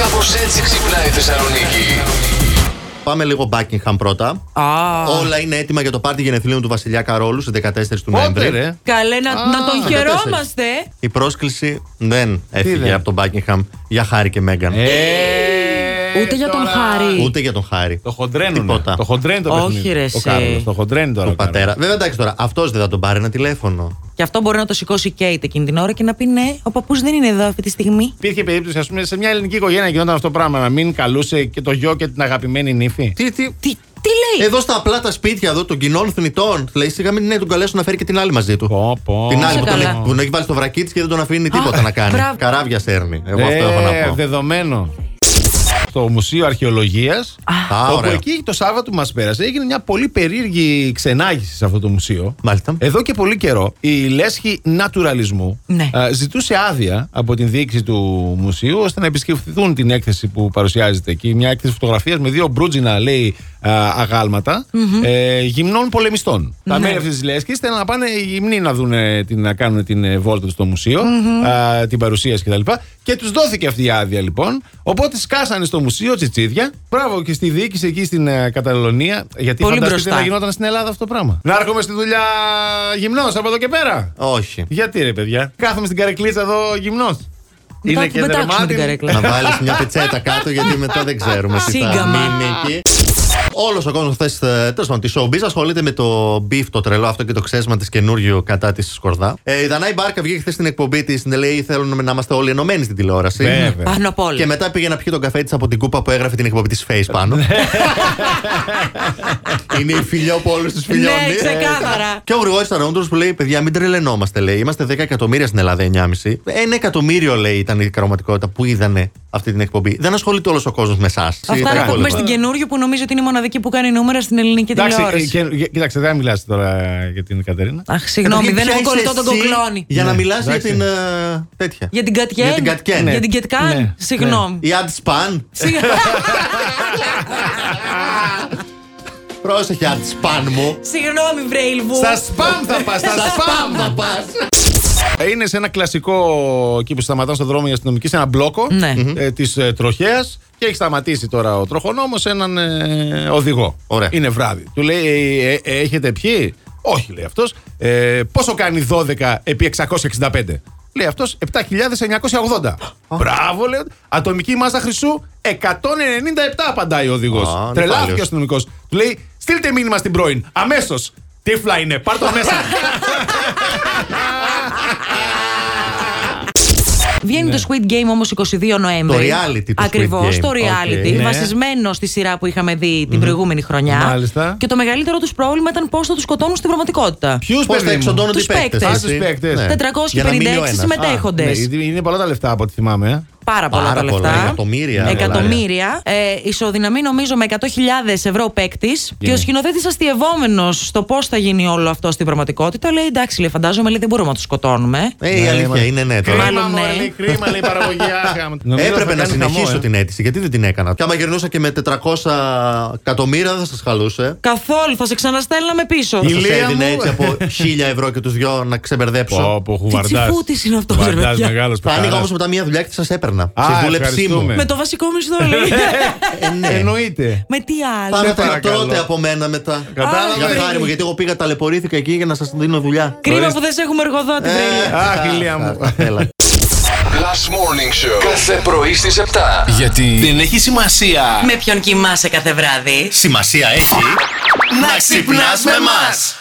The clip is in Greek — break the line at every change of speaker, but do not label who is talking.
Κάπως έτσι ξυπνάει η Θεσσαλονίκη.
Πάμε λίγο Buckingham πρώτα.
Α,
Όλα είναι έτοιμα για το πάρτι γενεθλίων του Βασιλιά Καρόλου στις 14 του
Πότε
Νοέμβρη.
ρε.
καλέ να,
Α,
να τον
14.
χαιρόμαστε.
Η πρόσκληση δεν έφυγε
δεν?
από τον Buckingham για Χάρη και Μέγαν.
Ε,
Ούτε για τον
τώρα.
Χάρη.
Ούτε για τον Χάρη.
Το χοντρένουν.
Τίποτα.
Το χοντρένει το
Όχι,
παιχνίδι.
ρε,
Ο
εσύ.
Κάρλος, Το χοντρένει τώρα.
Του
ο Κάρλος.
πατέρα. Βέβαια, εντάξει τώρα, αυτός δεν θα τον πάρει ένα τηλέφωνο.
Και αυτό μπορεί να το σηκώσει η Κέιτ εκείνη την ώρα και να πει ναι, ο παππούς δεν είναι εδώ αυτή τη στιγμή.
Υπήρχε περίπτωση, ας πούμε, σε μια ελληνική οικογένεια γινόταν αυτό το πράγμα. Να μην καλούσε και το γιο και την αγαπημένη νύφη.
Τι, τι,
Τι, τι λέει,
Εδώ στα απλά τα σπίτια εδώ των κοινών θνητών. Λέει σιγά μην ναι, τον καλέσουν να φέρει και την άλλη μαζί του.
Πω, πω.
Την άλλη
Σε
που, τον,
καλά.
έχει- που τον έχει βάλει στο βρακί τη και δεν τον αφήνει τίποτα να κάνει.
μπράβο.
Καράβια σέρνει. Εγώ
Ε,
αυτό έχω να πω.
δεδομένο. Στο Μουσείο Αρχαιολογίας.
Α,
Όπου
ωραίο.
εκεί το Σάββατο που μας πέρασε έγινε μια πολύ περίεργη ξενάγηση σε αυτό το μουσείο.
Μάλιστα.
Εδώ και πολύ καιρό η λέσχη ε, νατουραλισμού
Ναι.
α, ζητούσε άδεια από την διοίκηση του μουσείου ώστε να επισκεφθούν την έκθεση που παρουσιάζεται εκεί. Μια έκθεση φωτογραφίας με δύο μπρούτζινα, λέει, α, αγάλματα, ε, γυμνών πολεμιστών. Τα
Ναι.
μέλη αυτής της λέσχης θέλουν να πάνε οι γυμνοί να, δουν, ε, την, να κάνουν την ε, βόλτα του στο μουσειο α, την παρουσίαση κτλ. Και τους δόθηκε αυτή η άδεια λοιπόν. Οπότε σκάσανε στο μουσείο τσιτσίδια. Μπράβο και στη διοίκηση εκεί στην ε, Καταλωνία. Γιατί
Πολύ
φανταστείτε
μπροστά.
να γινόταν στην Ελλάδα αυτό το πράγμα. Να έρχομαι στη δουλειά γυμνός από εδώ και πέρα.
Όχι.
Γιατί ρε παιδιά, κάθομαι στην καρεκλίτσα εδώ γυμνός Ε,
Μετά θα την πετάξουμε την καρέκλα.
να βάλεις μια πετσέτα κάτω, γιατί μετά δεν ξέρουμε τι θα
Σύγκαμα.
μείνει εκεί. Όλος ο κόσμος χθες, τέλος πάντων, τη showbiz ασχολείται με το beef, το τρελό αυτό και το ξέσμα της καινούριου κατά της Σκορδά. Ε, η Δανάη Μπάρκα βγήκε χθες στην εκπομπή της, λέει: Θέλουν να είμαστε όλοι ενωμένοι στην τηλεόραση.
Βέβαια.
Πάνω απ' όλα.
Και μετά πήγε να πιει τον καφέ της από την κούπα που έγραφε την εκπομπή της Face πάνω.
Ναι.
Είναι η φιλιό που όλους τους φιλιώνει.
Ναι, ξεκάθαρα.
Και ο Γρηγόρης Ταρόντρο που λέει: Παιδιά, μην τρελαινόμαστε, λέει. Είμαστε 10 εκατομμύρια στην Ελλάδα, 9,5. Ένα εκατομμύριο, λέει, ήταν η πραγματικότητα που είδανε αυτή την εκπομπή. Δεν ασχολείται όλος ο κόσμος με εσάς.
Αυτά να τα πούμε στην καινούριο που νομίζω ότι είναι η μοναδική που κάνει νούμερα στην ελληνική
Εντάξει, ε,
τηλεόραση.
και- κοίταξε, δεν μιλάς τώρα για την Κατερίνα.
Αχ, συγγνώμη, δεν έχω κολλητό τον κοκλώνη.
Για να
Ναι,
μιλάς για
εντάξει.
την. ε, τέτοια.
Για την Κατιέν.
Για την Κατιέν.
Για την Κετκάν.
Ναι.
Συγγνώμη.
Η Αντισπαν.
Συγγνώμη.
Πρόσεχε, Αντισπαν μου.
Συγγνώμη, Βρέιλβου.
Στα σπαμ θα πας, στα σπαμ θα πας. Ε, Είναι σε ένα κλασικό εκεί που σταματάνε στον δρόμο οι αστυνομικοί, σε ένα μπλόκο
Ναι.
της ε, τροχέας και έχει σταματήσει τώρα ο τροχονόμος έναν ε, οδηγό.
Ωραία.
Είναι βράδυ. Του λέει, «Ε, ε, ε, Έχετε πιει. Όχι, λέει αυτός. πόσο κάνει 12 επί 665. Λέει αυτός 7.980. Μπράβο, λέει. Ατομική μάζα χρυσού 197, απαντάει ο
Α,
οδηγό.
ναι,
Τρελάθηκε
πάλι.
ο αστυνομικός. Του λέει: Στείλτε μήνυμα στην πρώην. Αμέσως. Τύφλα είναι, πάρ το μέσα.
Βγαίνει το Squid Game όμως 22 Νοέμβρη.
Ναι. Το reality του Squid
Ακριβώς,
Game.
το reality.
Οκ.
Ναι.
Βασισμένο στη σειρά που είχαμε δει την προηγούμενη χρονιά.
Μάλιστα.
Και το μεγαλύτερο τους πρόβλημα ήταν πώς θα τους σκοτώνουν στην πραγματικότητα.
Ποιους
Πώς θα εξοντώνονται οι
Τους
παίκτες,
παίκτες.
έτσι.
Ας, τους παίκτες.
Ναι. Για να μείνει ο
456
ένας.
συμμετέχοντες.
ναι, Είναι πολλά τα λεφτά από ό,τι θυμάμαι. ε.
Πάρα πολλά
Πάρα
τα λεφτά.
πολλά, εκατομμύρια
Εκατομμύρια. Ε, ισοδυναμεί νομίζω με 100.000 ευρώ παίκτη. Και
ναι.
ο σκηνοθέτης αστειευόμενος στο πώς θα γίνει όλο αυτό στην πραγματικότητα λέει: Εντάξει, λέει, φαντάζομαι λέει, δεν μπορούμε να του σκοτώνουμε.
Ε, η αλήθεια είναι ναι τώρα.
Μάλλον
μου,
ναι.
λέει, κρίμα, λέει η παραγωγή. άχα. Ε, Νομίζω
Έπρεπε
θα
να
κάνει χαμό,
συνεχίσω
ε.
την αίτηση. Γιατί δεν την έκανα. Και άμα γυρνούσα και με 400 εκατομμύρια δεν θα σας χαλούσε.
Καθόλου, θα σε ξαναστέλναμε πίσω.
Θα
Ηλία
σα έδινε
μου.
έτσι από 1000 ευρώ και τους δυο να ξεμπερδέψω.
Πω, πω,
Τι
χουβαρντάς.
τσιφούτης είναι αυτός, ρε
Χουβαρντάς
παιδιά.
μεγάλος
Θα άνοιγα όμω
παιχταράς.
μετά μία δουλειά και θα σα έπαιρνα.
Α,
Σε δούλεψή μου.
ευχαριστούμε.
Με το βασικό μισθό, λέει.
Ε, ναι.
Εννοείται.
Με τι
Πάμε
άλλο.
θα
παρακαλώ.
τρώτε από μένα μετά.
Κατάλαβα.
Για χάρη μου,
Βρέλη.
γιατί εγώ πήγα ταλαιπωρήθηκα εκεί για να σας δίνω δουλειά.
Κρίμα
Ορίστε.
που δεν σε έχουμε εργοδότη, Βρέλη.
Αχ, ηλία μου.
θα θέλα.
Last Morning Show. Κάθε πρωί στις 7.
Γιατί δεν έχει σημασία.
Με ποιον κοιμάσαι κάθε βράδυ.
Σημασία έχει
Να ξυπνάς με μας.